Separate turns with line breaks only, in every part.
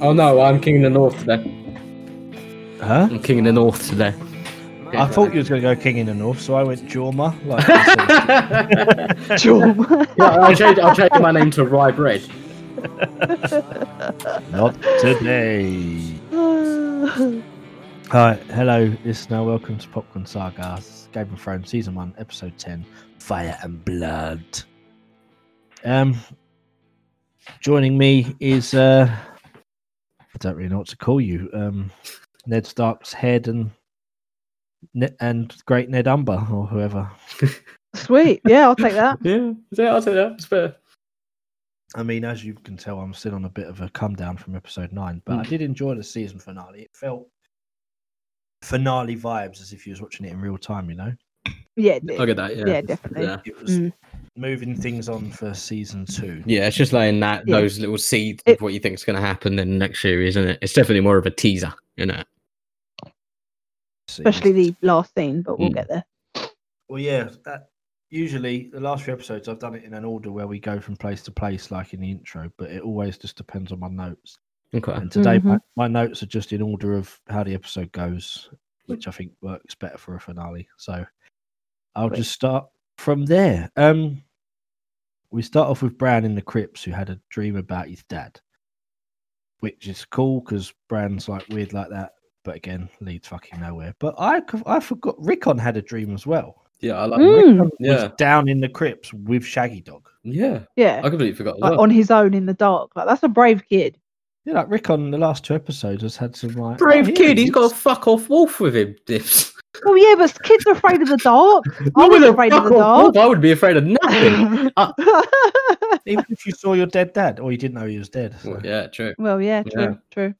Oh no, I'm king of the north today.
Huh?
I'm king of the north today.
I thought you was going to go king in the north, so I went Jorma. Like, I
Yeah, I'll change, I'll change my name to Rye Bread.
said, not today. Hi, hello, listener. Welcome to Popcorn Saga, Game of Thrones, Season 1, Episode 10, Fire and Blood. Um, joining me is, uh, I don't really know what to call you, um, Ned Stark's head and Ne- and Great Ned Umber or whoever.
Sweet. Yeah, I'll take that.
Yeah, yeah, I'll take that. It's fair.
I mean, as you can tell, I'm still on a bit of a come down from episode nine, but I
Mm.
did enjoy the season finale. It felt finale vibes as if you was watching it in real time. You know,
Yeah, dude.
I get that. Yeah,
Yeah, definitely.
Yeah,
it was
Mm.
moving things on for season two.
yeah it's just laying that
Yeah.
those little seeds
It-
of what you think's going to happen in the next year, isn't it? It's definitely more of a teaser, isn't it?
season.
Especially the last scene, but we'll
Mm.
get there.
Well, yeah. That, usually, the last few episodes, I've done it in an order where we go from place to place, like in the intro. But it always just depends on my notes.
Okay.
And today, my, my notes are just in order of how the episode goes, which I think works better for a finale. So I'll
Great.
just start from there. Um, we start off with Bran in the crypts, who had a dream about his dad, which is cool because Bran's like weird like that, but again, leads fucking nowhere. But I, c- I forgot Rickon had a dream as well.
Yeah, I like.
Mm.
Rickon
Yeah.
was down in the crypts with Shaggy Dog.
Yeah,
Yeah.
I completely forgot. as
Like
well.
on his own in the dark. Like that's a brave kid.
Yeah, like Rickon in the last two episodes has had some like
Brave
"Oh, here
kid,
he
he's got
is."
a fuck off wolf with him, Dips.
Well yeah, but kids are afraid of the dark. I
You
was
wouldn't
afraid of
fuck
the
off
dark.
wolf, I would be afraid of nothing.
Even if you saw your dead dad, or you didn't know he was dead. so.
Well, yeah, true.
well, yeah, true,
Yeah.
true.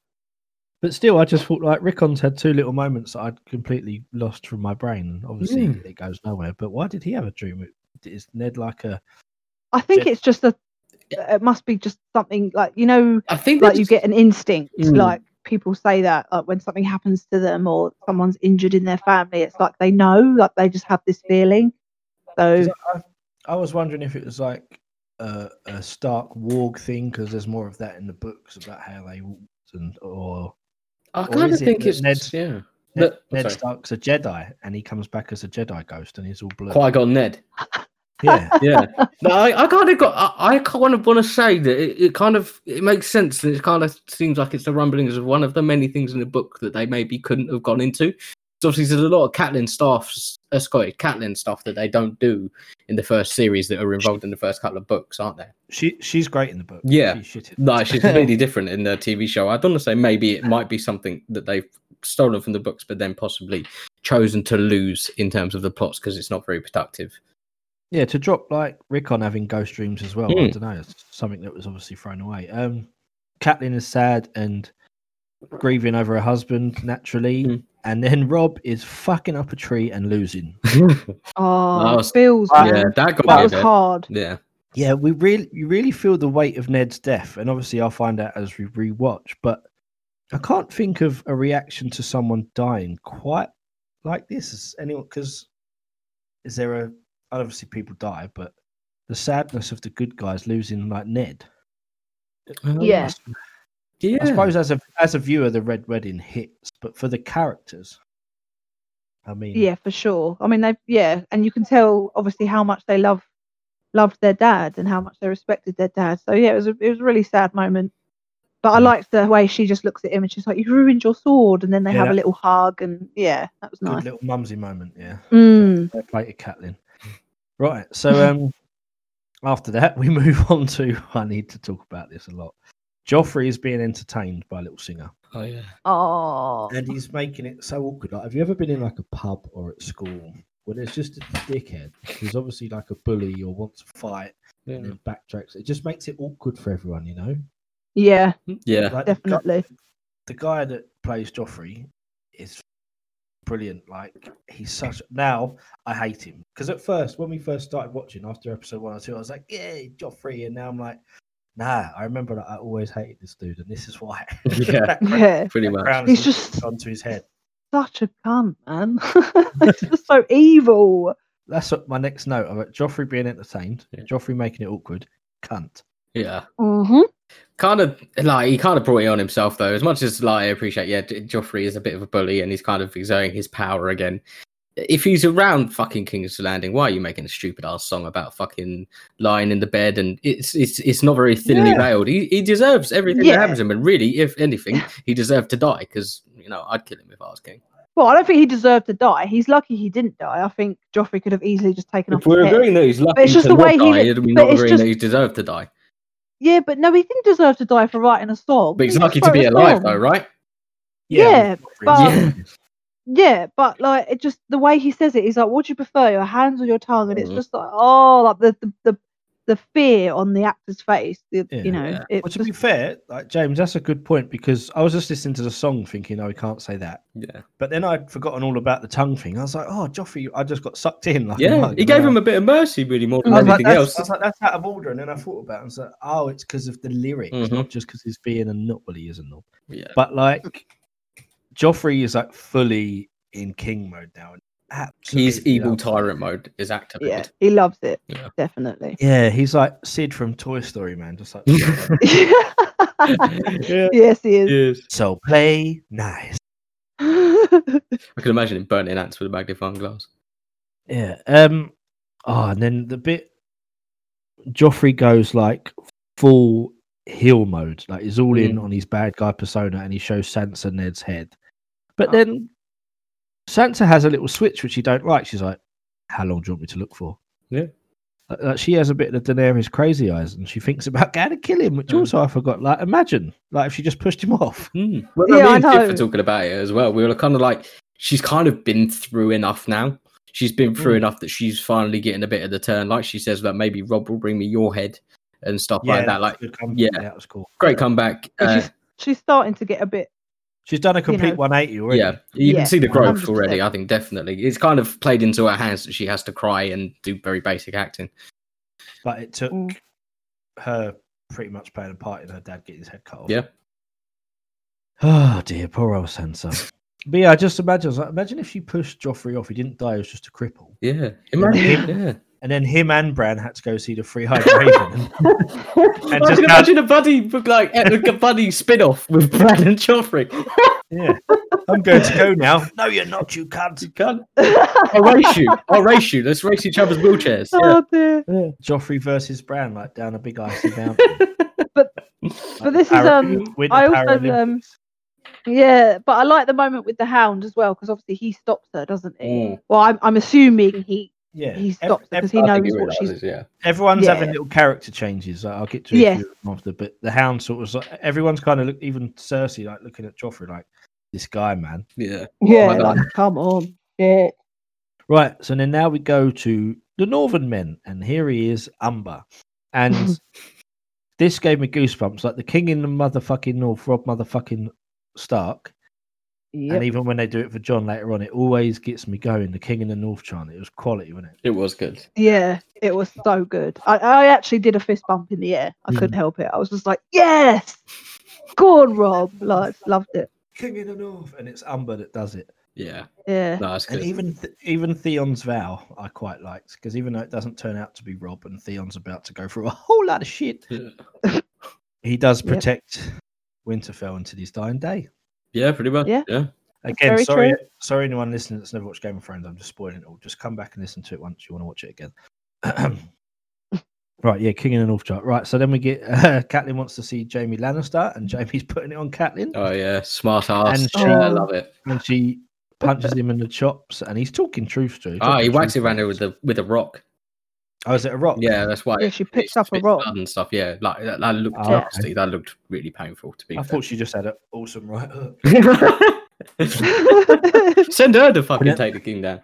But still, I just thought like Rickon's had two little moments that I'd completely lost from my brain. Obviously,
Mm.
it goes nowhere. But why did he have a dream? Is Ned like a?
I think
Yeah.
it's just a it must be just something like you know,
I think
like
that
you get an instinct.
Mm.
Like people say that like when something happens to them or someone's injured in their family, it's like they know, like they just have this feeling. So
'cause I, I was wondering if it was like a, a Stark Warg thing because there's more of that in the books about how they walked and or
I
or
kind of
is it
think
that
it's
Ned's-
yeah.
Ned,
Look,
Ned
sorry.
Stark's a Jedi and he comes back as a Jedi ghost and he's all blue.
Qui Gon Ned.
Yeah,
Yeah, no, I, I kind of got. I, I kind of want to say that it, it kind of it makes sense, and it kind of seems like it's the rumblings of one of the many things in the book that they maybe couldn't have gone into. So obviously, there's a lot of Catelyn stuff, uh, Scottish Catelyn stuff that they don't do in the first series that are involved in the first couple of books, aren't they?
she she's great in the book.
Yeah.
she's shit in-
No, she's completely different in the TV show. I'd want to say maybe it might be something that they've stolen from the books, but then possibly chosen to lose in terms of the plots because it's not very productive.
Yeah, to drop like Rick on having ghost dreams as well. I
Mm.
don't know. It's something that was obviously thrown away. Um, Catelyn is sad and grieving over her husband naturally,
Mm.
and then Rob is fucking up a tree and losing.
Oh,
was-
it feels
Wow.
man.
yeah, that got
that
me a
was
bit.
hard.
Yeah,
Yeah, we really, you really feel the weight of Ned's death, and obviously I'll find out as we rewatch. But I can't think of a reaction to someone dying quite like this. Is anyone? Because is there a? Obviously, people die, but the sadness of the good guys losing like Ned.
Yeah.
That's
yeah.
I suppose as a as a viewer, the red wedding hits, but for the characters, I mean,
Yeah, for sure. I mean, they yeah, and you can tell obviously how much they love loved their dad and how much they respected their dad. So yeah, it was a, it was a really sad moment. But I
Yeah.
liked the way she just looks at him and she's like, "You ruined your sword," and then they
Yeah,
have a
that-
little hug and yeah, that was
good
nice.
little mumsy moment. Yeah,
Mm.
Fair play to Catelyn. Right, so um, after that, we move on to. I need to talk about this a lot. Joffrey is being entertained by a little singer,
Oh yeah.
Oh,
and he's making it so awkward. Like, have you ever been in like a pub or at school where there's just a dickhead who's obviously like a bully or wants to fight
Yeah.
and then backtracks? It just makes it awkward for everyone, you know.
yeah,
Yeah.
Like, the guy-
definitely.
the guy that plays Joffrey is brilliant. Like he's such now I hate him because at first when we first started watching after episode one or two, I was like, yeah, Joffrey, and now I'm like, nah. I remember that I always hated this dude, and this is why.
Yeah.
That cra-
Yeah,
Pretty
that
much.
crown
he's
is
just
onto his head.
such a cunt, man. It's just so evil.
That's what my next note. I'm like, Joffrey being entertained,
Yeah.
Joffrey making it awkward, cunt.
Yeah.
Mm-hmm.
Kind of like he kind of brought it on himself though. As much as like I appreciate, yeah, Jo- Joffrey is a bit of a bully and he's kind of exerting his power again. If he's around fucking King's Landing, why are you making a stupid ass song about fucking lying in the bed? And it's it's it's not very thinly
Yeah.
veiled. He he deserves everything
Yeah.
that happens to him, and really, if anything, he deserved to die because you know I'd kill him if I was king.
Well, I don't think he deserved to die. He's lucky he didn't die. I think Joffrey could have easily just taken off.
If we're
his head.
agreeing that he's lucky
it's just
to
the
not
way he
die,
li-
are we
but
not
it's
agreeing
just-
that he deserved to die?
Yeah, but no, he didn't deserve to die for writing a song.
But he's
He
lucky
just
to be
wrote a
alive
song.
though, right?
Yeah, but-
Yeah.
Yeah, but like it just the way he says it, he's like, "What do you prefer, your hands or your tongue?" And it's
Mhm.
just like, oh, like the the the, the fear on the actor's face. The,
Yeah.
you know,
Yeah.
it
Well, to
just-
be fair, like James, that's a good point because I was just listening to the song thinking, oh, he can't say that.
Yeah,
But then I'd forgotten all about the tongue thing. I was like, oh, Joffrey, I just got sucked in. Like, a
yeah.
mug,
He
and
gave
I-
him a bit of mercy, really, more than
I was, like,
anything else.
that's, I was like, that's out of order. And then I thought about it and said, oh, it's because of the lyrics, not just because he's being a knob. Well, he is a knob.
Mm-hmm. Yeah.
But like, Joffrey is like fully in king mode now. And absolutely
He's evil
loves it.
tyrant mode is
yeah,
activated.
he loves it
Yeah.
definitely.
Yeah, he's like Sid from Toy Story, man. Just like,
Yeah.
yes, he is.
Yes.
so play nice.
I can imagine him burning ants with a magnifying glass.
Yeah. Um. Oh, and then the bit Joffrey goes like full heel mode, like he's all
Mm.
in on his bad guy persona, and he shows Sansa Ned's head. But
Ah.
Oh.
then Sansa has a little switch which you don't like. She's like, "How long do you want me to look for?"
Yeah.
Like, like, she has a bit of the Daenerys crazy eyes, and she thinks about going to kill him, which
Mm.
also I forgot. Like, imagine like if she just pushed him off.
Hmm. Well, no,
Yeah,
me
I
and Tiff were
know.
talking about it as well. We were kind of like, she's kind of been through enough now. She's been through
Mm.
enough that she's finally getting a bit of the turn. Like she says, that maybe Rob will bring me your head and stuff like that. Like,
good comeback.
yeah.
that was cool.
great comeback.
But
Uh,
she's she's starting to get a bit.
She's done a complete
know.
180 already.
yeah, you
Yeah,
can see the growth
100%.
already. I think definitely, it's kind of played into her hands that she has to cry and do very basic acting.
but it took
Mm.
her pretty much playing a part in her dad getting his head cut off.
Yeah.
Oh dear, poor old Sansa. but yeah, I just imagine. I was like, imagine if she pushed Joffrey off. He didn't die. He was just a cripple.
Yeah, imagine. yeah.
And then him and Bran had to go see the Free Eyed Raven.
I
And just
can
had-
imagine a buddy with, like a buddy spin-off with Brad and Joffrey.
yeah. I'm going to go now. No, you're not. You can't.
You can't- I'll race you. I'll race you. Let's race each other's wheelchairs.
Oh dear.
Joffrey versus Bran, like down a big icy mountain.
But-
Like
but
the
this is,
para-
um,
win the
I also
Paralympics.
um, yeah, but I like the moment with the hound as well because obviously he stops her, doesn't he?
Mm.
Well, I'm I'm assuming he
yeah.
he
ev-
stops
ev-
because he
I
knows
think he
what she's
realises, yeah.
Everyone's having
Yeah.
little character changes. Like, I'll get to
Yes.
yes. after, but the hound sort of was like, everyone's kind of look, even Cersei like looking at Joffrey like this guy man.
Yeah.
Yeah,
Well
like, come on. Yeah.
Right. So then now we go to the Northern men, and here he is, Umber, and this gave me goosebumps. Like the king in the motherfucking North, Rob motherfucking Stark, and
Yep.
even when they do it for John later on, it always gets me going. The king in the North chant. It was quality, wasn't it?
It was good.
Yeah, it was so good. I, I actually did a fist bump in the air.
Hmm.
I couldn't help it. I was just like, yes, go on, Rob. Like, loved it.
King in the North, and it's Umber that does it.
Yeah.
Yeah.
No, that's good.
And even Th- even Theon's vow, I quite liked because even though it doesn't turn out to be Rob, and Theon's about to go through a whole lot of shit,
Yeah.
he does
Yep.
protect Winterfell until his dying day.
yeah, pretty much.
Yeah.
Yeah.
Again,
very
sorry, sorry, anyone listening that's never watched Game of Thrones, I'm just spoiling it all. Just come back and listen to it once you want to watch it again. right, yeah, King in the North chart. Right, so then we get uh, Catelyn wants to see Jamie Lannister, and Jamie's putting it on Catelyn,
Oh yeah. Smart ass.
Oh.
And she-
I love it.
and she punches him in the chops, and he's talking truth to.
Oh, he whacks
waxes
it around her with the with a rock.
Oh, is it a rock?
Yeah, that's why.
Yeah,
it-
she
it
picks up a
spits
rock.
blood and stuff. Yeah, like that, that looked
Ah, okay.
nasty. That looked really painful. To be
I
fair.
thought she just had an awesome right hook.
Send her to fucking
Yeah.
take the king down.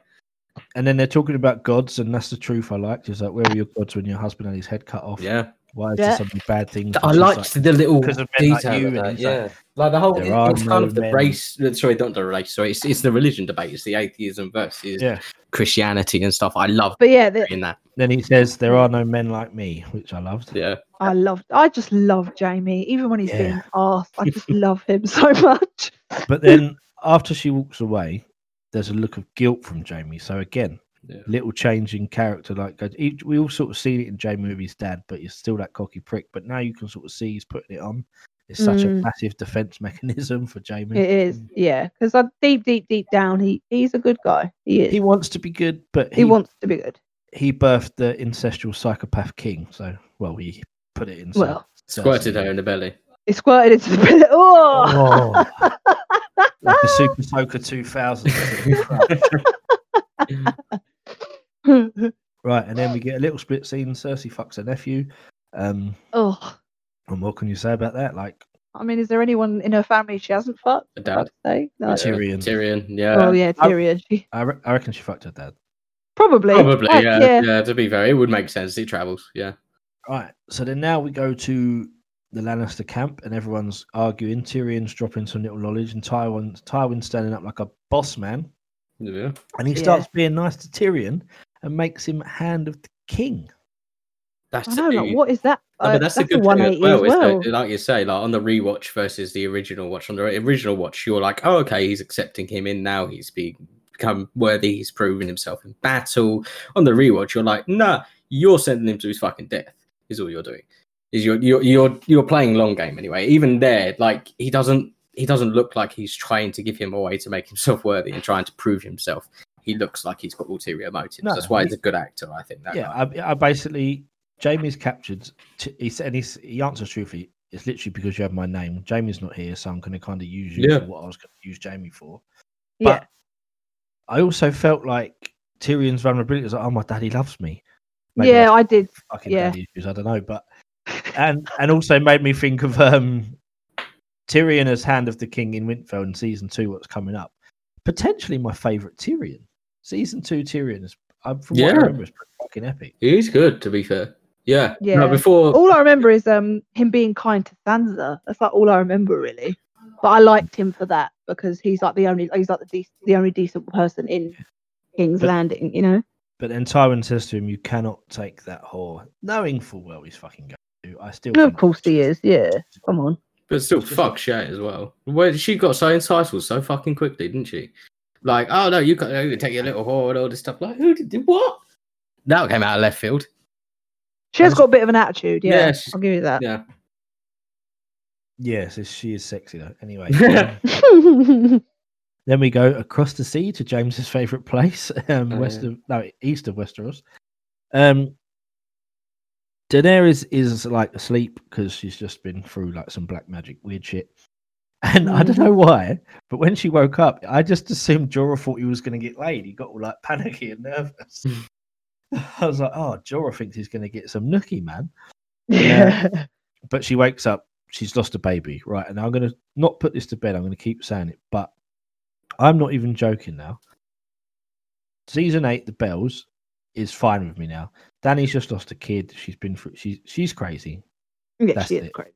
And then they're talking about gods, and that's the truth I liked. Is like, where were your gods when your husband had his head cut off?
Yeah,
Why is
Yeah.
there so many bad things?
I
And she's
liked the little
'Cause of men
detail.
like you
of
and
that,
it's like,
yeah, like the whole
there
it-
are
it's kind
no
of the
men.
race. uh, Sorry, not the race. Sorry, it's it's the religion debate. It's the atheism versus
yeah.
Christianity and stuff. I love
But yeah, the,
in that.
Then he says, "There are no men like me," which I loved.
Yeah,
I loved. I just love Jamie, even when he's
Yeah.
being asked. I just love him so much.
But then after she walks away, there's a look of guilt from Jamie. So again,
Yeah.
little change in character. Like go- each- we all sort of seen it in J movie's dad, but he's still that cocky prick. But now you can sort of see he's putting it on. It's such a
Mm.
passive defense mechanism for Jamie.
It is, yeah. Because deep, deep, deep down, he he's a good guy. He is.
He
He,
wants to be good, but he,
wants to be good.
he birthed the incestual psychopath king. So, well, he put it in. so-
Well,
so-
Squirted her in the belly.
he squirted into the pillow. Oh,
Oh, like a Super Soaker 2000. sort of crap.
Oh.
right, and then we get a little split scene. Cersei fucks her nephew. Um,
oh.
and what can you say about that? Like,
I mean, is there anyone in her family she hasn't fucked?
A dad.
Say no.
Which- Tyrion.
Tyrion. Yeah.
Oh yeah,
I-
Tyrion. She
I, re- I reckon she fucked her dad.
probably.
Probably.
Heck,
yeah, yeah. To be fair, it would make sense. He travels. Yeah.
Right. So then now we go to the Lannister camp, and everyone's arguing. Tyrion's dropping some little knowledge, and Tywin Tywin's standing up like a boss man,
Yeah.
and he
Yeah.
starts being nice to Tyrion and makes him hand of the king.
That's
I know, like,
it.
what is that?
No,
Uh,
Oh, but that's, a good thing as
180
well. Is that, like you say, like on the rewatch versus the original watch. On the original watch, you're like, oh, okay, he's accepting him in now. He's be, become worthy. He's proven himself in battle. On the rewatch, you're like, nah, you're sending him to his fucking death. Is all you're doing. Is you're you're you're, you're playing long game anyway. Even there, like he doesn't he doesn't look like he's trying to give him away to make himself worthy and trying to prove himself. He looks like he's got ulterior motives.
No,
That's why
he-
he's a good actor. I think. That
yeah,
guy.
I, I basically Jamie's captured. T- he said, and he's, he answers truthfully. It's literally because you have my name. Jamie's not here, so I'm going to kind of use you
Yeah.
for what I was going to use Jamie for.
yeah.
But I also felt like Tyrion's vulnerability was like, oh, my daddy loves me. Maybe
yeah,
that's
I did.
fucking
yeah.
daddy issues. I don't know, but and and also made me think of um Tyrion as Hand of the King in Winterfell in season two. What's coming up? Potentially my favorite Tyrion. Season two Tyrion is, I, from what I
Yeah.
remember, is pretty fucking epic.
He's good, to be fair. Yeah.
Yeah.
No, before
All I remember is um him being kind to Sansa. That's like all I remember really. But I liked him for that because he's like the only he's like the dec the only decent person in King's
But-
Landing. You know.
But then Tywin says to him, "You cannot take that whore," knowing full well he's fucking going to. I still,
No,
think
of course he is. Yeah. Come on.
But still,
It's just
fuck Shay as well. Where she got so entitled so fucking quickly, didn't she? Like, oh no, you can't you can take your little whore and all this stuff. Like, who did did what? That came out of left field.
She has
That's-
got a bit of an attitude. Yeah.
Yeah, she's-
I'll give you that.
Yeah,
Yes, she is sexy though. Anyway, Um,
Yeah.
Then we go across the sea to James's favorite place, um,
Oh,
west
yeah.
of no, east of Westeros. Um, Daenerys is like asleep because she's just been through like some black magic weird shit, and I
Mm-hmm.
don't know why, but when she woke up, I just assumed Jorah thought he was going to get laid. He got all like panicky and nervous.
Hmm.
I was like, "Oh, Jorah thinks he's going to get some nookie, man."
yeah.
but she wakes up she's lost a baby right and i'm going to not put this to bed i'm going to keep saying it but i'm not even joking now season 8 the bells is fine with me now danny's just lost a kid she's been through she's she's crazy
Yeah.
That's
She is
it.
great.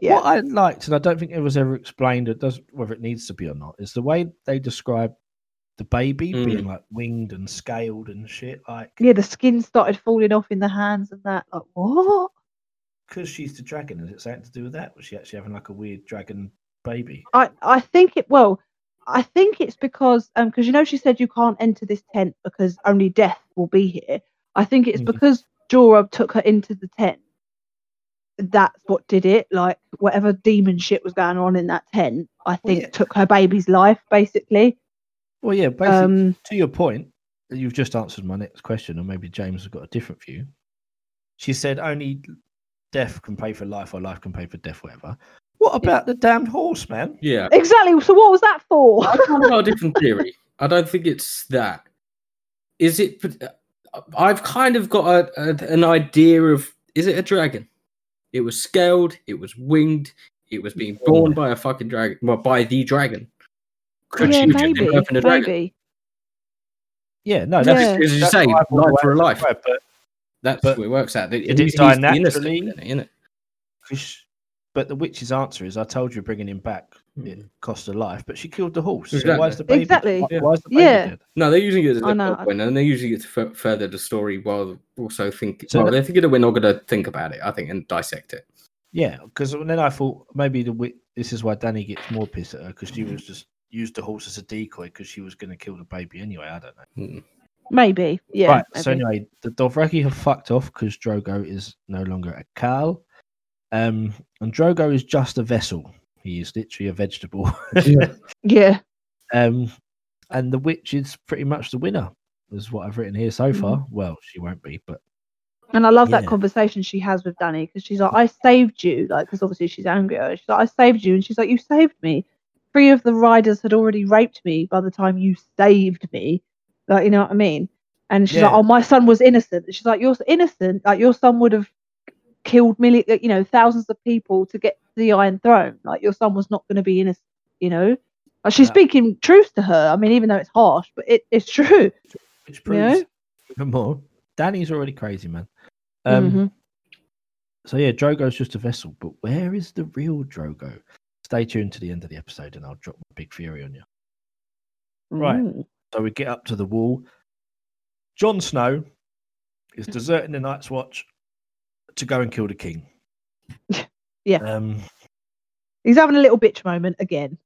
Yeah.
what i liked and i don't think it was ever explained it does whether it needs to be or not is the way they describe the baby
Mm.
being like winged and scaled and shit like
Yeah. The skin started falling off in the hands and that. Like what?
because she's the dragon is it something to do with that was she actually having like a weird dragon baby
I I think it well, I think it's because um because you know she said you can't enter this tent because only death will be here. I think it's
Mhm.
because Jorah took her into the tent. That's what did it. Like whatever demon shit was going on in that tent, I think
yeah.
took her baby's life basically.
well yeah basically
Um
to your point, you've just answered my next question, or maybe James has got a different view. She said only death can pay for life, or life can pay for death, whatever. What about the damned horse, man?
yeah.
exactly. So what was that for?
I kind of got a different theory. I don't think it's that. Is it? I've kind of got a, a, an idea of. Is it a dragon? It was scaled. It was winged. It was being born by a fucking dragon. Well, by the dragon. Could
yeah,
she have
maybe,
been birthed in a dragon?
maybe.
Yeah, no,
Yeah.
that's,
That's, as you
that's
say,
what
life
I've always
for a life.
read, but,
That's
But
what it works out. It,
did die naturally.
isn't it?
Chris- but the witch's answer is, I told you bringing him back, it cost her life, but she killed the horse. So why is the baby?
Hmm. Exactly.
Why,
Yeah.
why is the baby
Yeah.
dead?
No, they're using it as a
I know,
plot
I-
point, and they're using it to f- further the story while also think.
So
well,
that-
they're thinking that we're not going to think about it, I think, and dissect it.
Yeah, because then I thought maybe the wit- this is why Danny gets more pissed
Hmm.
at her because she was just used the horse as a decoy because she was going to kill the baby anyway. I don't know.
Hmm.
Maybe. Yeah.
right. So
maybe.
anyway, the Dothraki have fucked off because Drogo is no longer a Carl, um, and Drogo is just a vessel. He is literally a vegetable.
Yeah.
Um, and the witch is pretty much the winner, is what I've written here so
Mhm.
far. Well, she won't be, but
And I love
Yeah.
that conversation she has with Danny because she's like, I saved you. Like, because obviously she's angry at her. She's like, I saved you. And she's like, You saved me. Three of the riders had already raped me by the time you saved me. Like, you know what I mean? And she's
Yeah.
like, Oh, my son was innocent. And she's like, You're innocent. Like, your son would have killed, million, uh, you know, thousands of people to get to the Iron Throne. Like, your son was not going to be innocent, you know? Like, she's
Yeah.
speaking truth to her. I mean, even though it's harsh, but it, it's true.
which
Yeah.
proves even more. Danny's already crazy, man. Um,
Mhm.
So yeah, Drogo's just a vessel, but where is the real Drogo? Stay tuned to the end of the episode, and I'll drop my big fury on you. right.
Mm.
So we get up to the wall. Jon Snow is
Mm-hmm.
deserting the Night's Watch to go and kill the king.
Yeah.
Um,
He's having a little bitch moment again.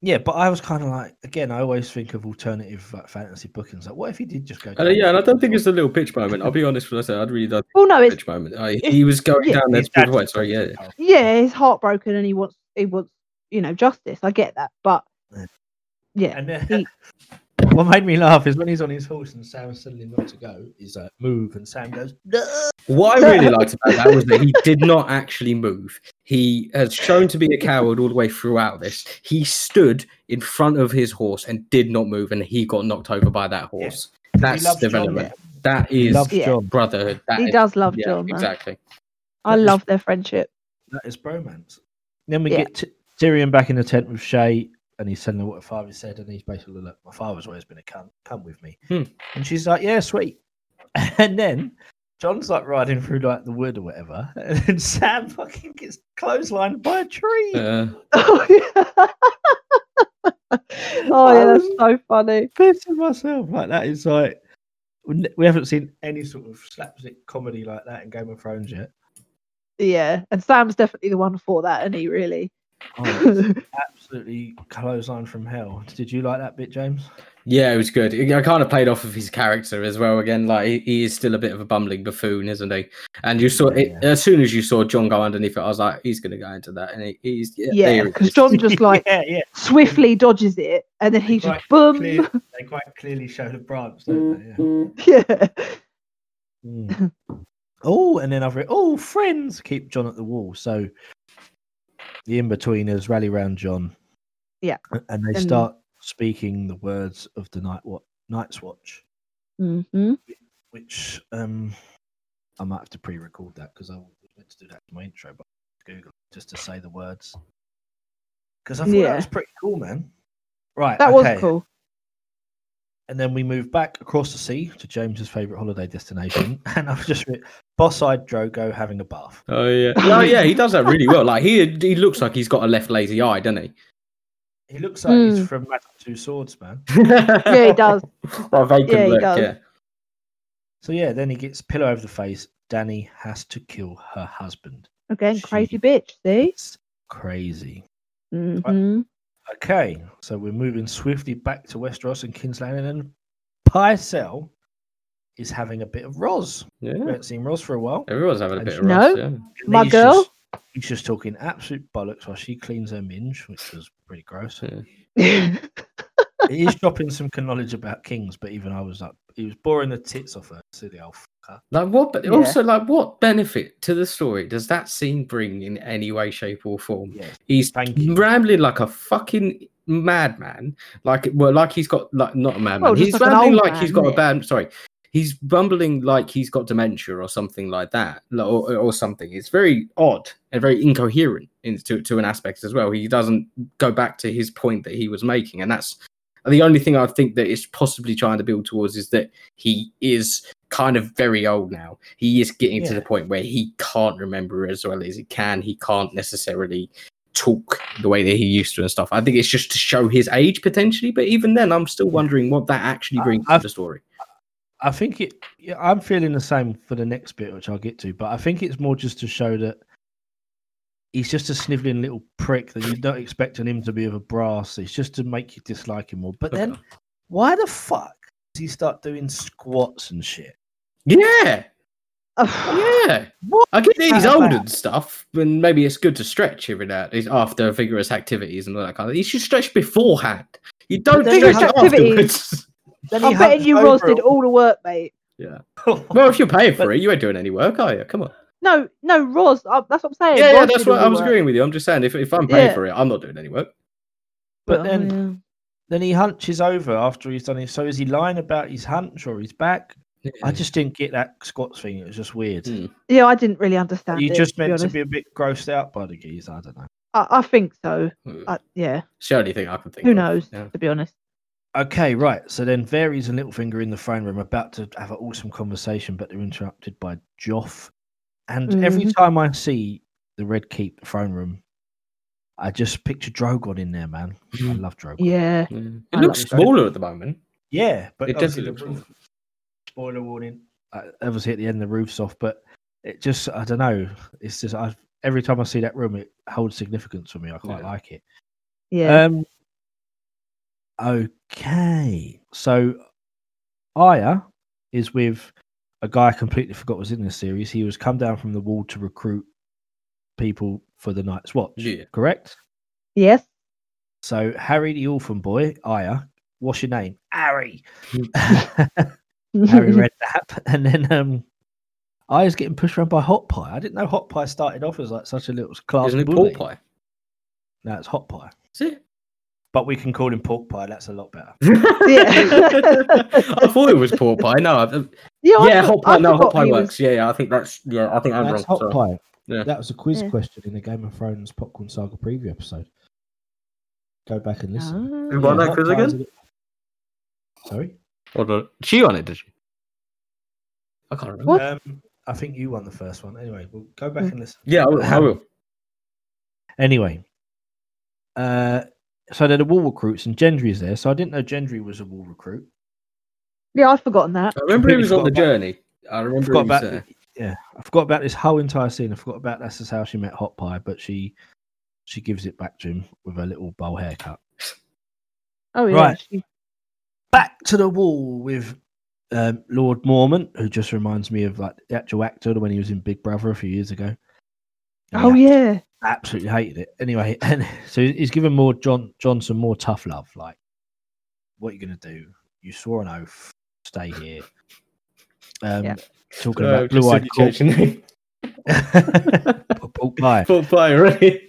yeah, but I was kind of like, again, I always think of alternative like, fantasy bookings. Like, what if he did just go?
Uh,
down
yeah, and I
the
don't think
Night's
it's a little pitch moment. I'll be honest when I say I really don't
Well, no,
think
it's
pitch moment. I,
it's-
he was going
yeah,
down
Watch?
there
His
to give
dad
away.
just
Sorry, yeah.
goes down.
yeah, he's heartbroken and he wants he wants you know justice. I get that, but
Yeah.
yeah,
And then,
He-
what made me laugh is when he's on his horse and Sam's telling him not to go, he's like, move, and Sam goes, no.
What I really liked about that was that he did not actually move. He has shown to be a coward all the way throughout this. He stood in front of his horse and did not move, and he got knocked over by that horse. That's
loves John.
development. That
He
is
loves
Yeah.
John.
brotherhood. That
he
is-
does love
yeah,
John. though.
exactly.
I
That is-
love their friendship.
That is bromance. Then we
Yeah.
get T- Tyrion back in the tent with Shay, and he's telling her what her father said, and he's basically like, "My father's always been a cunt. Come with me."
Hmm.
And she's like, "Yeah, sweet." And then John's like riding through like the wood or whatever, and then Sam fucking gets clotheslined by a tree.
Uh,
oh yeah,
Um,
that's so funny.
Pissing myself like that is like we n- we haven't seen any sort of slapstick comedy like that in Game of Thrones yet.
Yeah, and Sam's definitely the one for that, and he really.
Oh, absolutely clothesline from hell. Did you like that bit, James?
yeah, it was good. I kind of played off of his character as well. Again, like he- he is still a bit of a bumbling buffoon, isn't he? And you saw it as soon as you saw John go underneath it. I was like, he's going to go into that, and he, he's yeah,
yeah,
there it
because
is.
John just like
yeah, yeah.
swiftly dodges it, and then he
Right,
just boom.
clear- they quite clearly show the branch, don't
Yeah,
they? Yeah. Mm. oh, and then I've read, oh, friends keep John at the wall. So the in betweeners rally round John.
Yeah.
a- And they
And-
start speaking the words of the night what Night's Watch,
hmm
which um I might have to pre record that because I was meant to do that for my intro, but Google just to say the words. Because I thought
Yeah.
that was pretty cool, man. Right.
that
okay.
was cool.
And then we move back across the sea to James's favourite holiday destination. and I've just written boss eyed Drogo having a bath.
Oh yeah, no, yeah, he does that really well. Like he, he looks like he's got a left lazy eye, doesn't he?
He looks like
Hmm.
he's from Magic Two Swords, man.
Yeah, he does.
That vacant
Yeah, he
look.
does.
Yeah.
So yeah, then he gets pillow over the face. Danny has to kill her husband.
Again,
She-
crazy bitch. See.
It's crazy.
hmm
Okay, so we're moving swiftly back to Westeros and King's Landing, and Pycelle is having a bit of Roz. We
yeah.
haven't seen Roz for a while.
Everyone's having a bit of
No.
rust, yeah.
And
Hmm. My
he's
girl?
Just, he's just talking absolute bollocks while she cleans her minge, which was pretty gross.
Yeah.
he is dropping some knowledge about kings, but even I was like, he was boring the tits off her. See the old fucker.
Like what? But
Yeah.
also, like what benefit to the story does that scene bring in any way, shape, or form?
Yeah.
He's
Thank you.
rambling like a fucking madman. Like well, like he's got like not a madman.
Well, just
he's
like an
rambling
old
like he's
man,
got a
isn't
bad. Sorry, he's bumbling like he's got dementia or something like that, like, or, or something. It's very odd and very incoherent in, to to an aspect as well. He doesn't go back to his point that he was making, and that's the only thing I think that it's possibly trying to build towards is that he is kind of very old now. He is getting to
Yeah.
the point where he can't remember as well as he can. He can't necessarily talk the way that he used to and stuff. I think it's just to show his age potentially, but even then, I'm still wondering what that actually
I-
brings
I-
to the story.
I think it. Yeah, I'm feeling the same for the next bit, which I'll get to. But I think it's more just to show that he's just a snivelling little prick that you're not expecting him to be of a brass. It's just to make you dislike him more. But then, why the fuck you start doing squats and shit.
Yeah, yeah.
What
I get that he's
that
old
about?
and stuff, and maybe it's good to stretch every now and after vigorous activities and all that kind of. You should stretch beforehand. You don't
Vigorous
stretch
activities.
afterwards.
Then
I'm
he
betting
hunched
you
over
Roz did all the work, mate.
well, if you're paying for
But-
it, you ain't doing any work, are you? Come on.
No, no, Roz. Uh, that's what I'm saying.
Yeah, yeah
Roz
that's
did all
what I
the
was
work.
agreeing with you. I'm just saying, if, if I'm paying
Yeah.
for it, I'm not doing any work.
But
Oh,
then
yeah.
then he hunches over after he's done it. So is he lying about his hunch or his back? I just didn't get that squats thing. It was just weird.
Mm.
yeah. I didn't really understand.
You
it,
just
to be
meant to
honest.
be a bit grossed out by the geezer. I don't know.
I, I think so.
Mm.
I, yeah.
It's the only thing I can think.
Who
of.
knows?
Yeah.
To be honest.
Okay, right. So then Varys and Littlefinger in the throne room about to have an awesome conversation, but they're interrupted by Joff. And
Mm-hmm.
every time I see the Red Keep, the throne room, I just picture Drogon in there, man. I
Mhm.
love Drogon.
Mm. Yeah.
Yeah. It
I
looks
like
that.
smaller at the moment.
Yeah, but
It
obviously
definitely
the
looks
roof- Spoiler warning. Uh, obviously, at the end, the roof's off, but it just, I don't know. It's just, I, every time I see that room, it holds significance for me. I quite
Yeah.
like it.
Yeah.
Um, okay. So Aya is with a guy I completely forgot was in this series. He was come down from the wall to recruit people for the Night's Watch,
Yeah.
correct?
yes.
So Harry the orphan boy, Aya, what's your name? Harry. Harry read that. And then um Aya's getting pushed around by Hot Pie. I didn't know Hot Pie started off as like such a little class
Isn't it
bully.
pork pie?
No, it's Hot Pie.
Is it?
But we can call him Pork Pie. That's a lot better.
I thought it was pork pie. No, I,
yeah. I
yeah,
thought-
hot
I
pie. No, hot
forgot
pie
he was-
works. Yeah, yeah, I think that's. Yeah, I think I'm
That's
wrong.
hot
sorry.
pie.
Yeah.
That was a quiz
Yeah.
question in the Game of Thrones Popcorn Saga preview episode. Go back and listen.
Ah.
Who won that
hot
quiz
pie is
again?
a bit- Sorry?
Hold on. She on it, did she? I can't remember.
What?
Um, I think you won the first one. Anyway, we'll go back
Mm.
and listen.
Yeah, I will. I will.
Anyway. Uh, so they're the wall recruits and Gendry's there. So I didn't know Gendry was a wall recruit.
Yeah, I'd forgotten that.
I remember he
Completely
was on the
forgot about-
journey. I
I
remember
forgot
he was
about
there.
yeah. I forgot about this whole entire scene. I forgot about that's just how she met Hot Pie, but she she gives it back to him with her little bowl haircut.
Oh yeah.
Right.
she-
back to the wall with um, Lord Mormont, who just reminds me of like the actual actor when he was in Big Brother a few years ago. And he
Oh
ab-
yeah.
absolutely hated it. Anyway, and so he's given more John Johnson more tough love. Like, what are you gonna do? You swore an oath. Stay here. Um,
Yeah.
Talking
Uh,
about
just said
blue eyed
you changed your name.
pork pie,
Pork pie, right?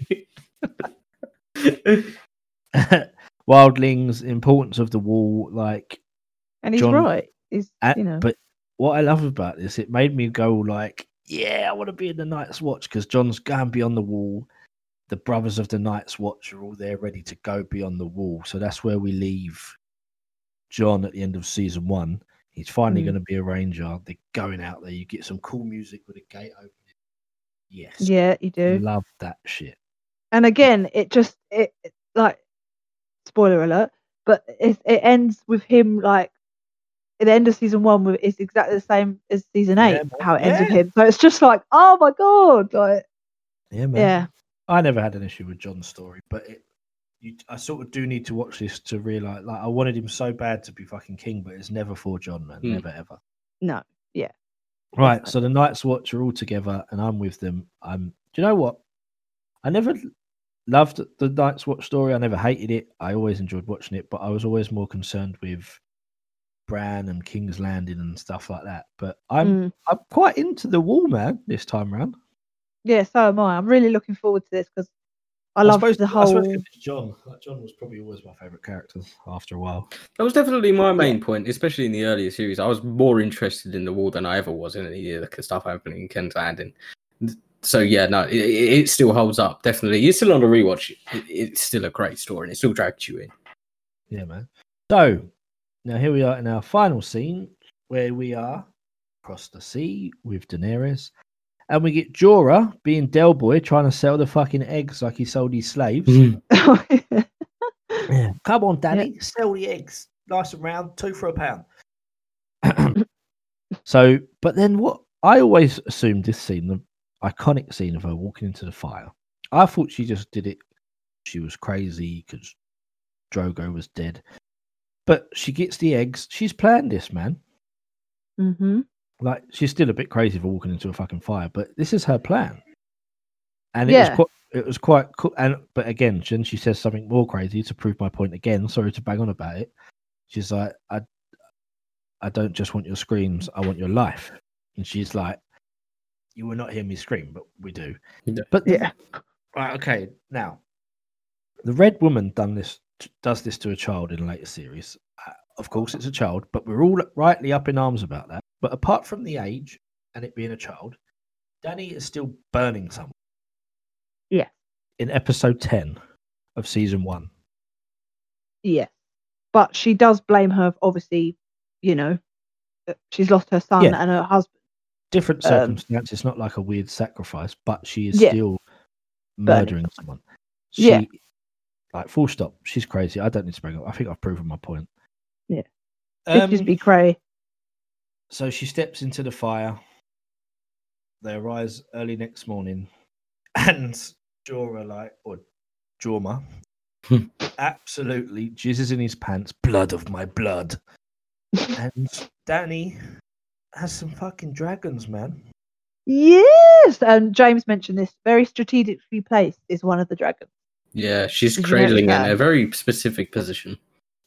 wildlings, importance of the wall, like
And he's
John-
right. He's
Uh,
you know.
But what I love about this, it made me go like, yeah, I want to be in the Night's Watch because John's going beyond the wall. The brothers of the Night's Watch are all there ready to go beyond the wall. So that's where we leave John at the end of season one. He's finally
Mm.
going to be a ranger. They're going out there. You get some cool music with a gate opening. Yes.
Yeah, you do.
Love that shit.
and again it just it it- like spoiler alert but it, it ends with him like at the end of season one with it's exactly the same as season
Yeah,
eight
man.
how it ends with
Yeah.
him so it's just like oh my god like
Yeah, man.
yeah
I never had an issue with John's story, but it, you, I sort of do need to watch this to realize. Like, I wanted him so bad to be fucking king, but it's never for John, man.
Hmm.
Never ever.
no
Right. So the Night's Watch are all together, and I'm with them. I'm. Do you know what? I never l- loved the Night's Watch story. I never hated it. I always enjoyed watching it, but I was always more concerned with Bran and King's Landing and stuff like that. But I'm
Mm.
I'm quite into the wall, man. This time round.
yeah so am i i'm really looking forward to this because i
I
love
suppose-
the
I suppose
whole
'cause it's John. Like, John was probably always my favorite character after a while.
That was definitely my main point, especially in the earlier series. I was more interested in the wall than I ever was in any of the stuff happening in Ken's Landing. So yeah, no, it, it it still holds up. Definitely, it's still on a rewatch. It, it's still a great story, and it still drags you in.
Yeah, man. So now here we are in our final scene where we are across the sea with Daenerys, and we get Jorah being Del Boy trying to sell the fucking eggs like he sold his slaves. Yeah. Come on, Daddy, sell the eggs. Nice and round, two for a pound. so, but then what I always assumed this scene, the iconic scene of her walking into the fire, I thought she just did it. She was crazy because Drogo was dead. But she gets the eggs. She's planned this, man.
Mm-hmm.
Like she's still a bit crazy for walking into a fucking fire, but this is her plan. And it
Yeah.
was quite, it was quite cool. And but again, then she says something more crazy to prove my point again. Sorry to bang on about it. She's like, I, I don't just want your screams. I want your life. And she's like, you will not hear me scream, but we do.
Yeah.
But
Yeah.
Right, okay. Now, the Red Woman done this does this to a child in a later series. Uh, of course, it's a child, but we're all rightly up in arms about that. But apart from the age and it being a child, Danny is still burning someone.
Yeah.
In episode ten of season one.
Yeah. But she does blame her, obviously, you know, that she's lost her son
Yeah.
and her husband.
Different
Um,
circumstance. it's not like a weird sacrifice, but she is
Yeah.
still
Burning
murdering someone. She,
Yeah.
Like full stop. She's crazy. I don't need to bring up. I think I've proven my point.
Yeah.
Um,
Bitches be cray.
So she steps into the fire. They arise early next morning, and Jorah, like or Jorma,
Hmm.
absolutely jizzes in his pants, blood of my blood. and Danny has some fucking dragons, man.
Yes. And James mentioned this very strategically placed is one of the dragons.
Yeah, she's
Did you notice
cradling it in
that?
a very specific position.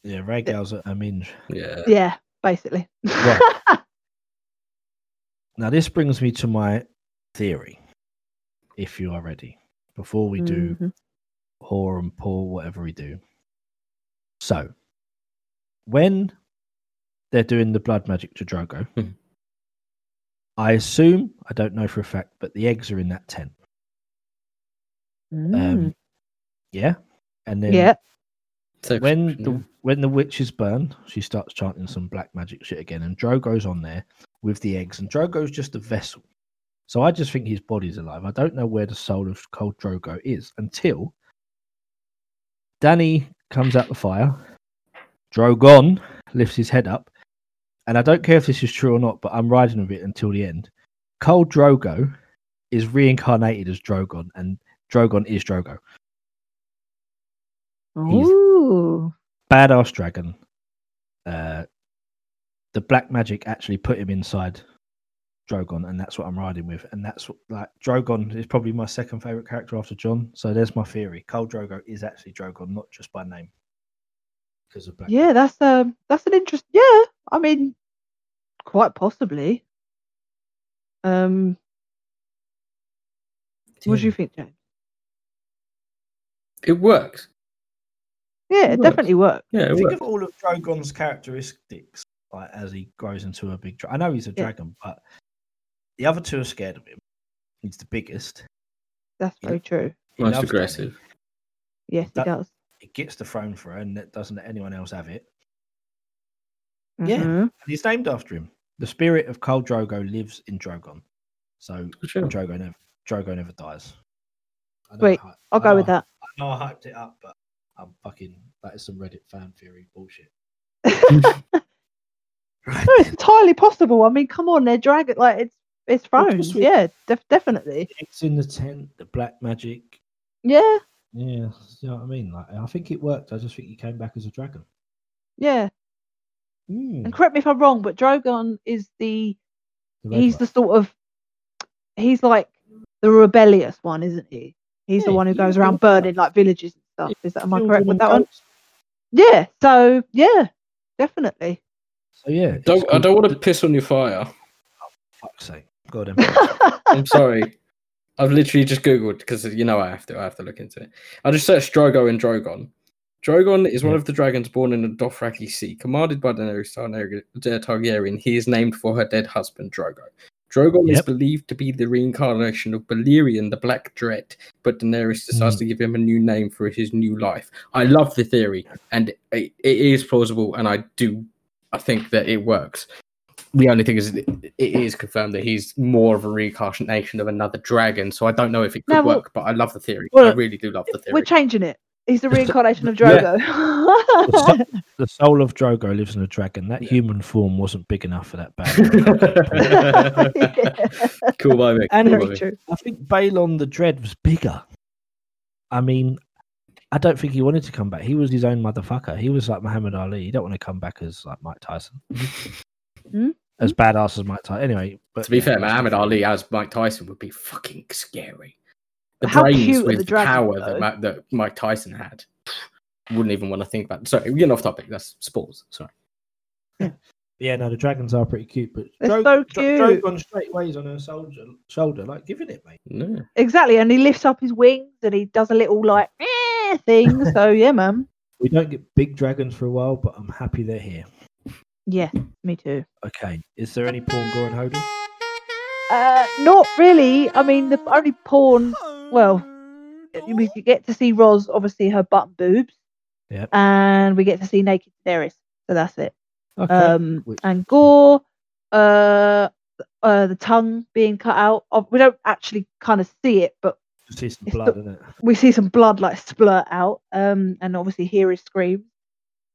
Yeah, Rhaegal's at a minge.
Yeah.
Yeah, basically.
Right. Now this brings me to my theory. If you are ready, before we do Um,
Mhm.
whore and poor, whatever we do. So, when they're doing the blood magic to Drogo,
Mhm.
I assume, I don't know for a fact, but the eggs are in that tent.
Mm.
Um, yeah. And then
Hmm. yeah.
So
when
yeah.
the when the witch is burned, she starts chanting some black magic shit again, and Drogo's on there with the eggs, and Drogo's just a vessel. So I just think his body's alive. I don't know where the soul of Cold Drogo is until Danny comes out the fire. Drogon lifts his head up, and I don't care if this is true or not, but I'm riding with it until the end. Cold Drogo is reincarnated as Drogon, and Drogon is Drogo. he's-
Ooh.
badass dragon. Uh, the black magic actually put him inside Drogon, and that's what I'm riding with. And that's what, like Drogon is probably my second favorite character after John. So there's my theory. Cole Drogo is actually Drogon, not just by name, because of black.
Yeah, that's um that's an interest yeah, I mean quite possibly. Um what do you think, James?
it works.
Yeah, it
Works.
definitely works.
Yeah, it
Think
works.
of all of Drogon's characteristics, like as he grows into a big. Dra- I know he's a
Yeah.
dragon, but the other two are scared of him. He's the biggest.
That's
Yeah.
very true.
He
Most
loves Danny.
aggressive.
Yes,
That-
it does.
He gets the throne for her, and that doesn't let anyone else have it. Yeah.
Mhm.
And he's named after him. The spirit of Khal Drogo lives in Drogon. So
For sure.
Drogo never Drogo never dies. I know
Wait,
I hy-
I'll
I
go
know
with
I-
that.
I know I hyped it up, but I'm fucking that is some Reddit fan theory bullshit. Right.
No, it's entirely possible. I mean, come on, they're dragon like it's it's
Well, of
thrones.
course we-
Yeah, def- definitely.
It's in the tent, the black magic.
Yeah,
Yeah, you know what I mean? Like I think it worked. I just think he came back as a dragon.
yeah.
Hmm.
And correct me if I'm wrong, but Drogon is the he's the sort of he's like the rebellious one, isn't he? He's the
Yeah,
one who
he
goes
was
around
the one that-
burning like villages and stuff. Is that am I correct with that one? Yeah. So yeah, definitely.
So yeah. it's
Don't, I
called-
don't want to piss on your fire.
fuck's sake. Go on. then.
yeah.
I'm sorry. I've literally just googled because you know I have to. I have to look into it. I just searched Drogo and Drogon. Drogon is one
Yeah.
of the dragons born in the Dothraki Sea, commanded by Daenerys Tarna- Tar- Targaryen. He is named for her dead husband Drogo. Drogon is
Yep.
believed to be the reincarnation of Balerion, the Black Dread, but Daenerys decides
Mm.
to give him a new name for his new life. I love the theory, and it, it is plausible, and I do, I think that it works. The only thing is, it it is confirmed that he's more of a reincarnation of another dragon. So I don't know if it could
No, well-
work, but I love the theory. I
Well,
really do love the
We're
theory.
changing it. He's the reincarnation of
Yeah.
Drogo.
the soul of Drogo lives in a dragon. That
Yeah.
human form wasn't big enough for that battle.
Yeah,
cool by me.
And
cool by
very
me.
true.
I think Balon the Dread was bigger. I mean, I don't think he wanted to come back. He was his own motherfucker. He was like Muhammad Ali. You don't want to come back as like Mike Tyson.
Hmm?
As badass as Mike Tyson. Anyway, but
To be
yeah,
fair,
that's the
Muhammad
thing.
Ali as Mike Tyson would be fucking scary. The
How cute
brains
are
with
the
the,
dragons,
power
though?
that, Ma- that Mike Tyson had. Wouldn't even want to think about. Sorry, we're getting off topic. That's sports. Sorry.
Yeah, no, the dragons are pretty cute, but
They're so cute.
Drogon straight ways on her soldier, shoulder, like giving it, mate.
No.
Exactly, and he lifts up his wings and he does a little like eh, thing. So yeah, mum.
We don't get big dragons for a while, but I'm happy they're here.
Yeah, me too.
Okay, is there any porn gore and hodel?
Uh, not really. I mean, the only porn. Well, we could get to see Roz, obviously her butt and boobs,
Yep.
and we get to see naked Daenerys. So that's it.
Okay.
Um,
Which-
and gore. Uh, uh, the tongue being cut out. Oh, we don't actually kind of see it, but
Just see some
it's
blood in it.
we see some blood like splurt out. Um, and obviously hear his scream.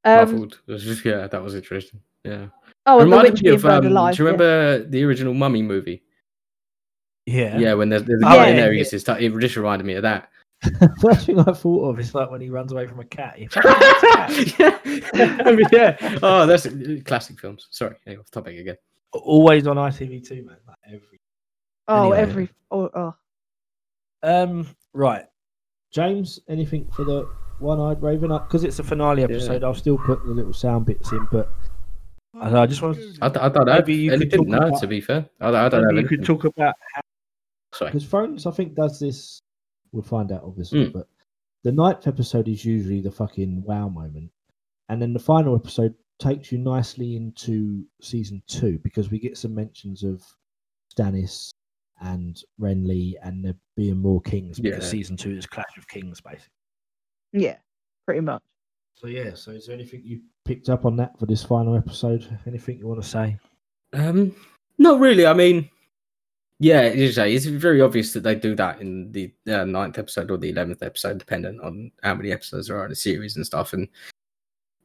Um,
Muffled. It was just- yeah, that was interesting. Yeah.
oh, and the
Reminded
witch
me
being
of.
burned
Um,
alive.
do you
yeah.
remember the original Mummy movie?
Yeah.
Yeah, when there's, there's a
Oh,
guy in
yeah,
there who
yeah.
used to start, it just reminded me of that.
First thing I thought of is like when he runs away from a cat. He fucking hates cats.
yeah. I mean, yeah. Oh, that's classic films. Sorry, anyway, off topic again.
Always on ITV2, man. Like every.
Oh,
Anyway.
every oh, oh.
Um. Right. James, anything for the one-eyed raven? Because it's a finale episode, I'll still put the little sound bits in, but. I, don't know, I just want to
I, th- I don't know.
Maybe you
I
could
didn't
talk
know,
about-
to be fair. I, don't- I don't know.
Maybe you could
anything.
talk about
Sorry.
because Thrones, I think, does this. We'll find out, obviously, but the ninth episode is usually the fucking wow moment, and then the final episode takes you nicely into season two because we get some mentions of Stannis and Renly, and there being more kings because
Yeah.
season two is Clash of Kings, basically.
yeah, pretty much.
So yeah, so is there anything you picked up on that for this final episode? Anything you want to say?
Um, not really. I mean, yeah, as you say, it's very obvious that they do that in the uh, ninth episode or the eleventh episode, dependent on how many episodes there are in the series and stuff. And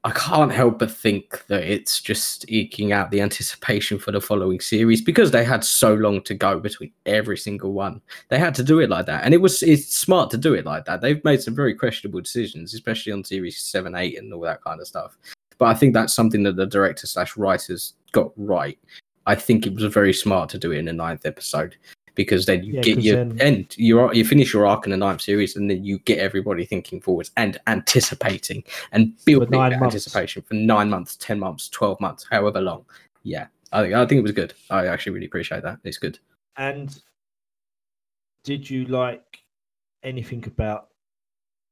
I can't help but think that it's just eking out the anticipation for the following series because they had so long to go between every single one. They had to do it like that, and it was it's smart to do it like that. They've made some very questionable decisions, especially on series seven, eight, and all that kind of stuff. But I think that's something that the director slash writers got right. I think it was very smart to do it in the ninth episode because then you
Yeah,
get
'cause
your
then-
end, you are you finish your arc in the ninth series, and then you get everybody thinking forwards and anticipating and building
nine
that
months.
anticipation for nine months, ten months, twelve months, however long. Yeah, I think I think it was good. I actually really appreciate that. It's good.
And did you like anything about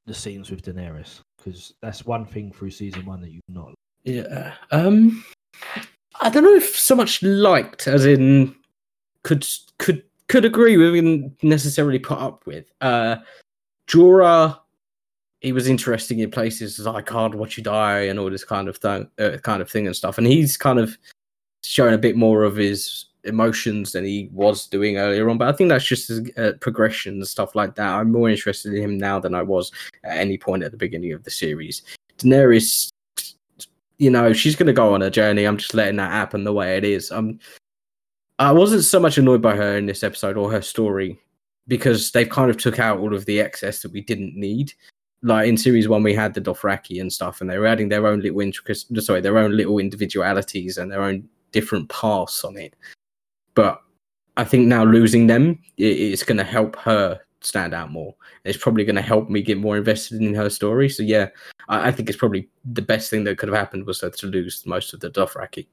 the scenes with Daenerys? Because that's one thing through season one that you've not.
Yeah. Um I don't know if so much liked as in could could could agree with and necessarily put up with. Uh Jorah he was interesting in places as I can't watch you die and all this kind of thing uh, kind of thing and stuff. And he's kind of showing a bit more of his emotions than he was doing earlier on. But I think that's just his, uh, progression and stuff like that. I'm more interested in him now than I was at any point at the beginning of the series. Daenerys, you know, she's going to go on her journey. I'm just letting that happen the way it is. I'm, I wasn't so much annoyed by her in this episode or her story because they've kind of took out all of the excess that we didn't need. Like in series one, we had the Dothraki and stuff, and they were adding their own little intricacies, sorry, their own little individualities and their own different paths on it. But I think now losing them, i it's going to help her stand out more. It's probably going to help me get more invested in her story. So yeah, I, I think it's probably the best thing that could have happened was her to lose most of the Dothraki.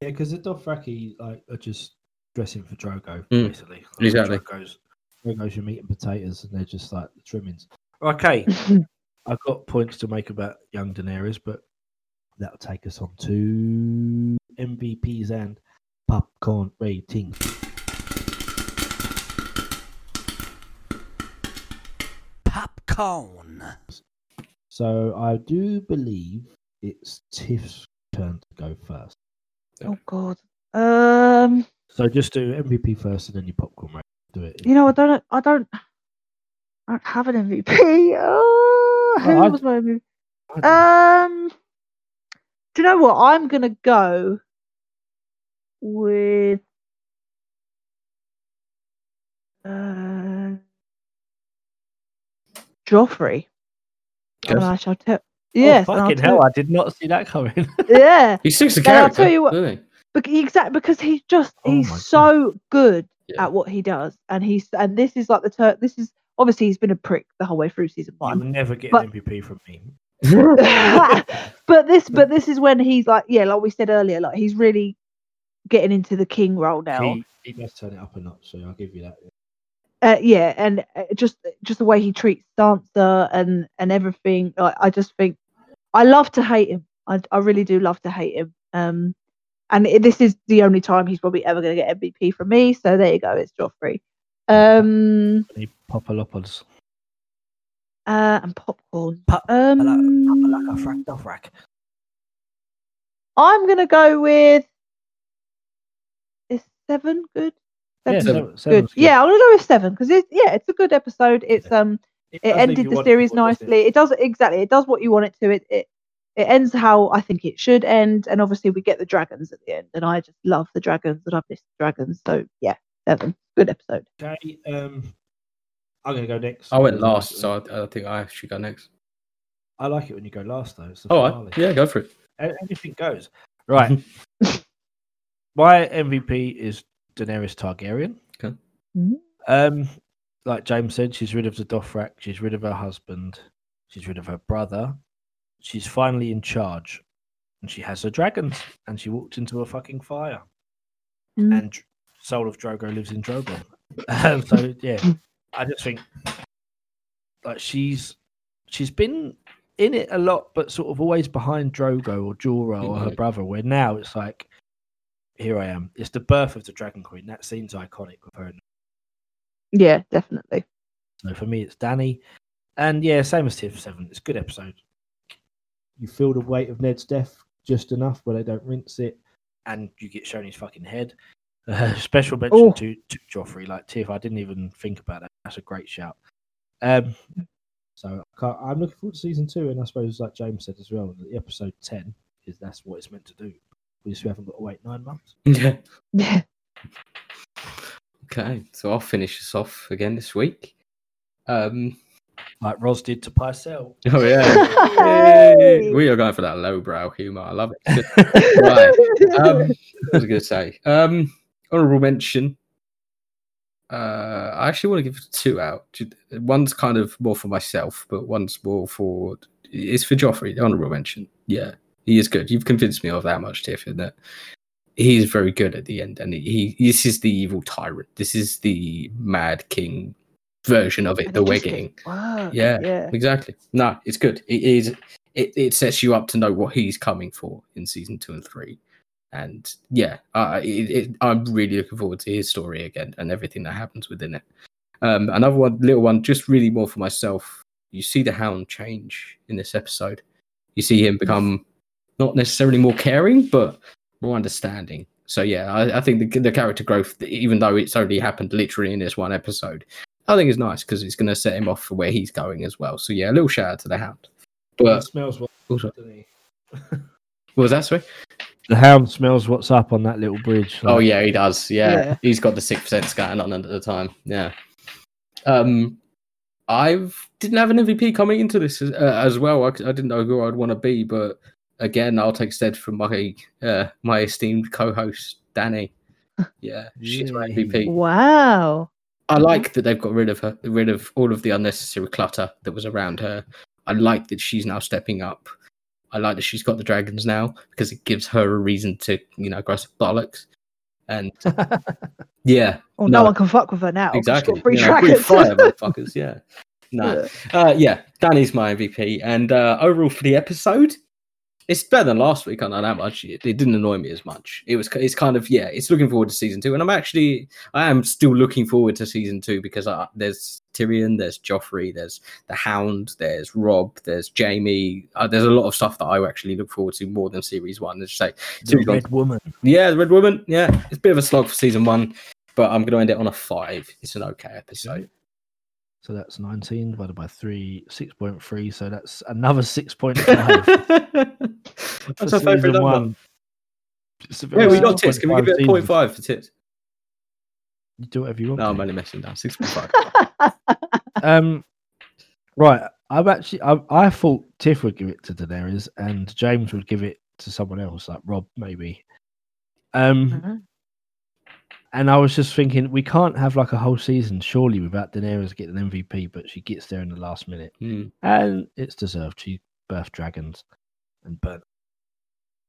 Yeah, because the Dothraki like are just dressing for Drogo
Mm,
basically. Like,
exactly.
Drogo's, Drogo's your meat and potatoes, and they're just like the trimmings. Okay, I've got points to make about young Daenerys, but that'll take us on to MVPs and popcorn ratings.
Popcorn.
So I do believe it's Tiff's turn to go first.
oh God. Um,
So just do MVP first and then your popcorn rate. Do it.
you know, I don't, I don't, I don't have an MVP. Oh, who
I-
was my MVP?
I don't-
Um, do you know what? I'm gonna go with. Uh, Joffrey. and I shall tell.
Oh,
Yes, and I'll
fucking
tell-
hell! I did not see that coming.
Yeah,
He sticks to
But I'll
character.
tell you what-
doesn't he?
exactly because he's just
Oh
he's
my God.
so good
Yeah.
at what he does, and he's and this is like the tur This is obviously he's been a prick the whole way through season
You'll
one.
never get
But-
an MVP from me.
but this but this is when he's like yeah like we said earlier like he's really getting into the king role now
He, he does turn it up a notch, so I'll give you that.
uh, yeah and uh, just just the way he treats Sansa and and everything like, I just think I love to hate him I I really do love to hate him um and i this is the only time he's probably ever going to get MVP from me so there you go it's Joffrey um
Any Popolopolis.
uh and popcorn
Pop-
um I'm gonna go with is seven good
Yeah,
Seven's
seven,
good.
seven's
Yeah, I'm gonna go with seven because it's yeah, it's a good episode. It's um, it
does leave
ended
you
the
wanting
series
more, doesn't it?
nicely. It does exactly. It does what you want it to. It it it ends how I think it should end, and obviously we get the dragons at the end, and I just love the dragons, and I've missed the dragons. So yeah, seven, good episode.
Okay, um, I'm gonna go next.
I went
because
last, so I, I think I should go next.
I like it when you go last though. It's the
All
finale.
right, yeah, go for it.
A- Anything goes. Right. My MVP is Daenerys Targaryen.
Okay.
Mhm.
Um, like James said, she's rid of the Dothrak. She's rid of her husband. She's rid of her brother. She's finally in charge, and she has her dragons. And she walked into a fucking fire.
Mm.
And Dr- Soul of Drogo lives in Drogon. Um, so yeah, I just think like she's she's been in it a lot, but sort of always behind Drogo or Jorah or her
Mhm.
brother. Where now it's like, here I am. It's the birth of the Dragon Queen. That seems iconic with her. in it.
Yeah, definitely.
So for me, it's Danny, and yeah, same as Tiff Seven. It's a good episode. You feel the weight of Ned's death just enough, where they don't rinse it, and you get shown his fucking head. Uh, special mention
Oh.
to, to Joffrey, like Tiff. I didn't even think about that. That's a great shout. Um, so I can't, I'm looking forward to season two, and I suppose, like James said as well, the episode ten is that's what it's meant to do. We just haven't got to wait nine months.
Yeah.
Yeah.
Okay, so I'll finish this off again this week. Um,
Like Roz did to Pycelle.
oh yeah,
Hey!
we are going for that lowbrow humour. I love it. Right. um, what was I going to say? Um, honorable mention. Uh, I actually want to give two out. Ju- One's kind of more for myself, but one's more for it's for Joffrey. the Honorable mention. Yeah, he is good. You've convinced me of that much, Tiff, in that he is very good at the end, and he, he this is the evil tyrant. This is the mad king version of it
And
that
it
we're
just didn't
getting.
work.
Um, Yeah.
yeah,
Exactly. No, it's good. It is. It, it sets you up to know what he's coming for in season two and three, and yeah, uh, it, it, I'm really looking forward to his story again and everything that happens within it. Um, another one, little one, just really more for myself. You see the Hound change in this episode. You see him become not necessarily more caring, but more understanding. So yeah, I, I think the, the character growth, even though it's only happened literally in this one episode, I think it's nice because it's going to set him off for where he's going as well. So yeah, a little shout out to the Hound.
He
But
smells what,
also,
doesn't he?
what was that sorry?
The hound smells what's up on that little bridge.
Oh yeah, he does. Yeah,
Yeah.
he's got the six percent going on at the time. Yeah. Um, I didn't have an MVP coming into this as, uh, as well. I, c- I didn't know who I'd want to be, but again, I'll take stead from my uh, my esteemed co-host Danny. Yeah, she's my
Yay.
MVP.
wow.
I like that they've got rid of her, rid of all of the unnecessary clutter that was around her. I like that she's now stepping up. I like that she's got the dragons now because it gives her a reason to, you know, grow some bollocks. And yeah,
Oh, no,
No.
one can fuck with her now. 'cause she's got
exactly.
Free
You know, breathe
dragons.
fire, motherfuckers. Yeah. No. Uh, yeah, Danny's my MVP, and uh, overall for the episode, it's better than last week. I know that much. It, it didn't annoy me as much. It was. It's kind of yeah. It's looking forward to season two, and I'm actually I am still looking forward to season two because I, there's Tyrion, there's Joffrey, there's the Hound, there's Rob, there's Jamie. Uh, there's a lot of stuff that I actually look forward to more than series one. As you say,
the
Series one
red woman.
yeah, the Red Woman. Yeah, it's a bit of a slog for season one, but I'm going to end it on a five. It's an okay episode.
So that's 19 divided by 3, 6.3. So that's another 6.5. for
That's our
season
favourite number.
one. It's a
Yeah,
very
we got tits. Can we give it a
6.5
point
season.
five for tits?
You do whatever you want.
No, I'm
to.
only messing down. Six point five.
Um, right. I'm actually. I, I thought Tiff would give it to Daenerys, and James would give it to someone else, like Rob, maybe. Um,
Mm-hmm.
Mhm.
and I was just thinking, we can't have like a whole season, surely, without Daenerys getting an MVP, but she gets there in the last minute,
Hmm.
and it's deserved. She birthed dragons and burnt.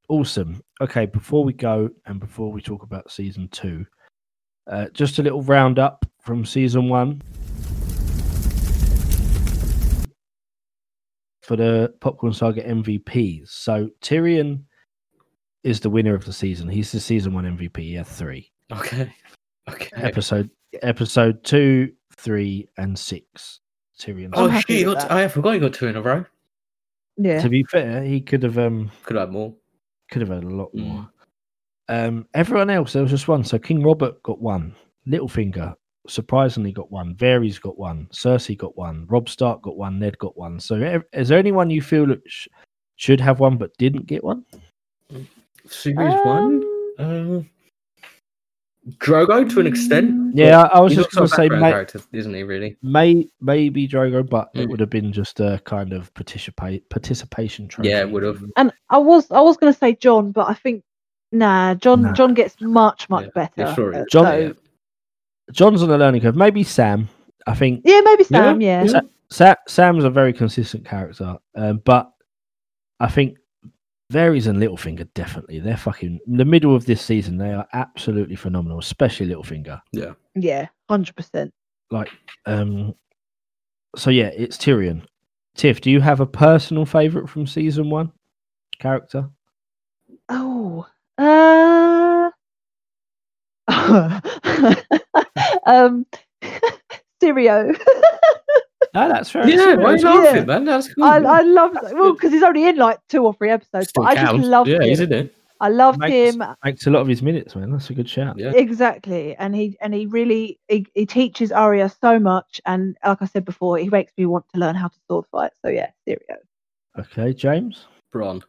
Awesome. Okay, before we go and before we talk about season two, uh, just a little roundup from season one. for the Popcorn Saga MVPs. So Tyrion is the winner of the season. He's the season one MVP. He had three.
Okay. Okay.
Episode episode two, three, and six. Tyrion.
Oh
I'm happy
shit! You
with
got.
that.
I forgot you got two in a row.
Yeah.
To be fair, he could have um
Could have had more.
could have had a lot
Hmm.
more. Um everyone else, there was just one. So King Robert got one. Littlefinger surprisingly got one. Varys got one. Cersei got one. Rob Stark got one. Ned got one. So ev- is there anyone you feel that sh- should have one but didn't get one?
Series one.
Um,
Um, Drogo to an extent.
Yeah, I was
He's
just
also a
going to say,
background
mate,
character, isn't he? Really?
May maybe Drogo, but it
Mm.
would have been just a kind of participate participation trophy.
Yeah, it would have.
And I was I was gonna say John, but I think nah, John
Nah.
John gets much much
Yeah,
better.
yeah, sure he
Uh,
does.
John-
so-
Yeah.
John's on the learning curve. Maybe Sam. I think
yeah, maybe Sam. um, Yeah,
Sa- Sa- Sam's a very consistent character, um, but I think Varys and Littlefinger definitely. They're fucking the middle of this season. They are absolutely phenomenal, especially Littlefinger.
yeah, hundred percent.
Um, so yeah, it's Tyrion. Tiff, do you have a personal favorite from season one character?
Oh, uh, um, Sirio.
No, that's fair.
Yeah, why are you
Yeah.
laughing, man? That's cool.
I, I love
That's
well
good.
because he's only in like two or three episodes,
Still
but I
counts.
just loved
Yeah, he's
him.
in it.
I loved
Makes-
him.
Makes a lot of his minutes, man. That's a good shout.
Yeah.
Exactly, and he and he really he, he teaches Arya so much, and like I said before, he makes me want to learn how to sword fight. So yeah, Sirio.
Okay, James.
Bron.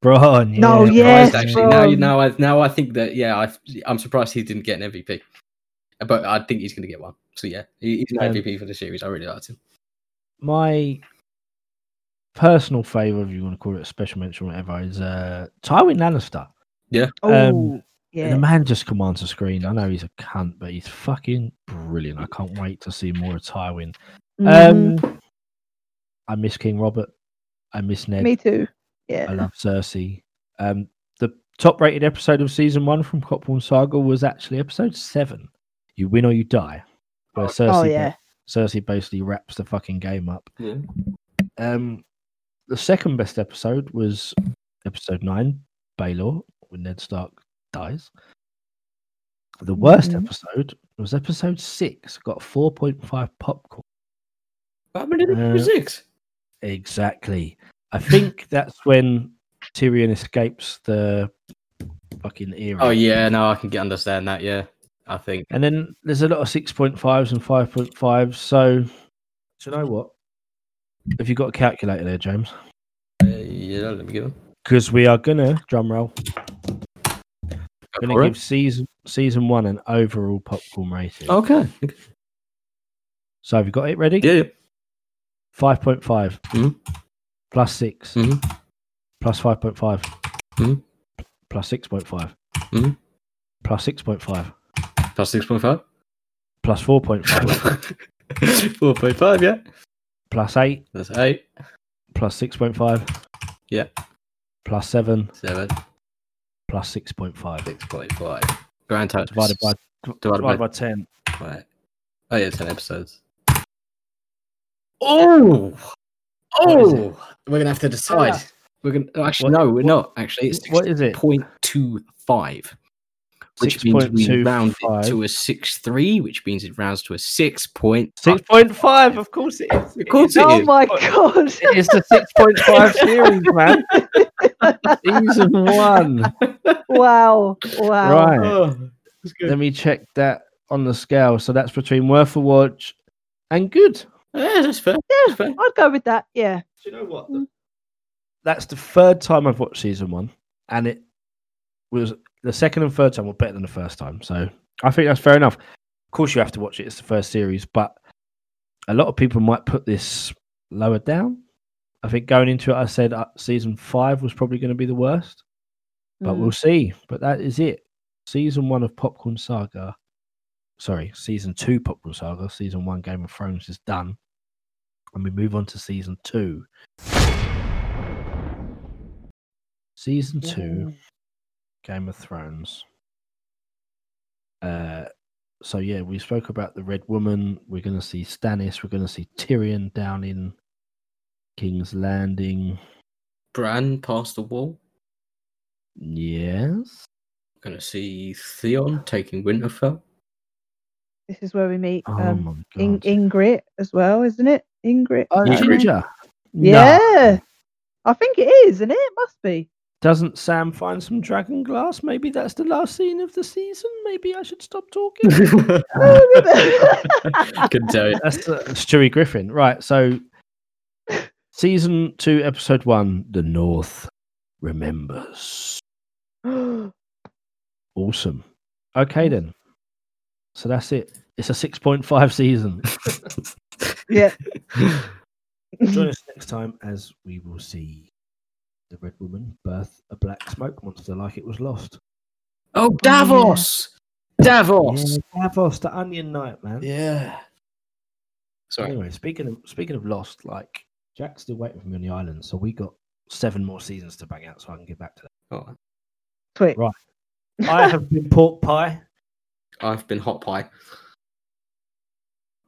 Bron. Oh, Yeah,
No,
Bron's
yes,
Surprised, actually.
Bron.
Now, you- now, I, now I think that yeah, I, I'm surprised he didn't get an MVP, but I think he's going to get one. So yeah, he, he's my
Um,
MVP for the series. I really liked him.
My personal favourite, if you want to call it a special mention, or whatever, is uh, Tywin Lannister. Um,
Oh yeah,
The man just commands the screen. I know he's a cunt, but he's fucking brilliant. I can't wait to see more of Tywin.
Mhm.
Um, I miss King Robert. I miss Ned.
me too. Yeah,
um, I love Cersei. Um, the top rated episode of season one from Copland Saga was actually episode seven. You win or you die. Where Cersei,
oh
ba-
yeah.
Cersei basically wraps the fucking game up.
Yeah.
Um, the second best episode was episode nine, Baylor, when Ned Stark dies. The worst
Mm-hmm.
Mhm.
episode was episode six, got 4.5 popcorn.
How many did he do
Uh,
six?
Exactly. I think that's when Tyrion escapes the fucking era.
Oh yeah, no, I can get understand that. Yeah, I think.
And then there's a lot of 6.5s and 5.5s. So, do you know what? Have you got a calculator there, James?
Uh, yeah, let me give him.
Because we are gonna drum roll. Gonna
for it.
give season season one an overall popcorn rating.
Okay.
So have you got it ready?
Oh. Yeah. yeah.
Five point five.
Mhm.
Plus six.
Mhm.
Plus five point five.
Mhm.
Plus six point five.
Mhm.
Plus six point five.
Plus six point five.
Plus four point five.
Four point five. Yeah.
plus eight.
That's eight,
Plus six point five.
Yeah.
Plus seven.
seven,
Plus six point five.
six point five. Grand total
Divided by
divided by,
divided by ten.
right. Oh yeah, ten episodes. Oh,
What is it?
oh, we're gonna have to decide. We're gonna oh, actually
What-
no, we're
what-
not. Actually, it's
What is it?
point two five, which means we round it to a six three, which means it rounds to a six point.
Six point five, of course it is.
Of course it
Oh
is.
my god!
It is the six point five series, man. Season one.
wow! Wow!
Right.
Oh, that's good.
Let me check that on the scale. So that's between worth a watch and good.
Yeah, that's fair.
Yeah,
That's fair.
I'd go with that. Yeah.
you know what?
the-
That's the third time I've watched season one, and it was the second and third time were better than the first time. So I think that's fair enough. Of course, you have to watch it. It's the first series, but a lot of people might put this lower down. I think going into it, I said uh, season five was probably going to be the worst,
Mm, Hmm.
but we'll see. But that is it. Season one of Popcorn Saga. Sorry, season two Popcorn Saga. Season one Game of Thrones is done, and we move on to season two. Season two Game of Thrones. Uh, so yeah, we spoke about the Red Woman. We're going to see Stannis. We're going to see Tyrion down in King's Landing.
Bran past the wall.
Yes.
Gonna see Theon taking Winterfell.
This is where we meet
Oh
um,
my god.
In- Ingrid as well, isn't it? Ingrid.
Oh,
Yeah.
Bridger. No.
Yeah. I think it is, isn't it? It must be.
Doesn't Sam find some dragon glass? Maybe that's the last scene of the season. Maybe I should stop talking.
Couldn't tell you.
that's uh, Stewie Griffin. Right. So, season two, episode one, The North Remembers. Awesome. Okay, then. So that's it. It's a 6.5 season.
yeah.
Join us next time as we will see the Red Woman birth a black smoke monster like it was lost.
Oh, Davos! Davos!
Yeah, Davos, the Onion Knight, man.
Yeah. Sorry.
Anyway, speaking of speaking of Lost, like Jack's still waiting for me on the island, so we got seven more seasons to bang out, so I can get back to
Oh,
Sweet.
Right. that. I have been pork pie.
I've been hot pie.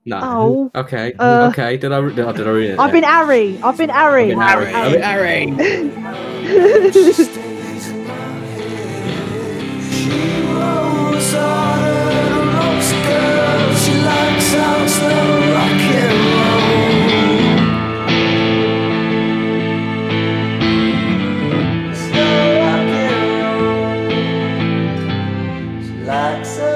No.
oh.
Okay.
Uh,
okay. Did I? re- Did I? Did I read it?
I've been Ari. I've been Ari.
I've been Harry. I've been Harry.
Like so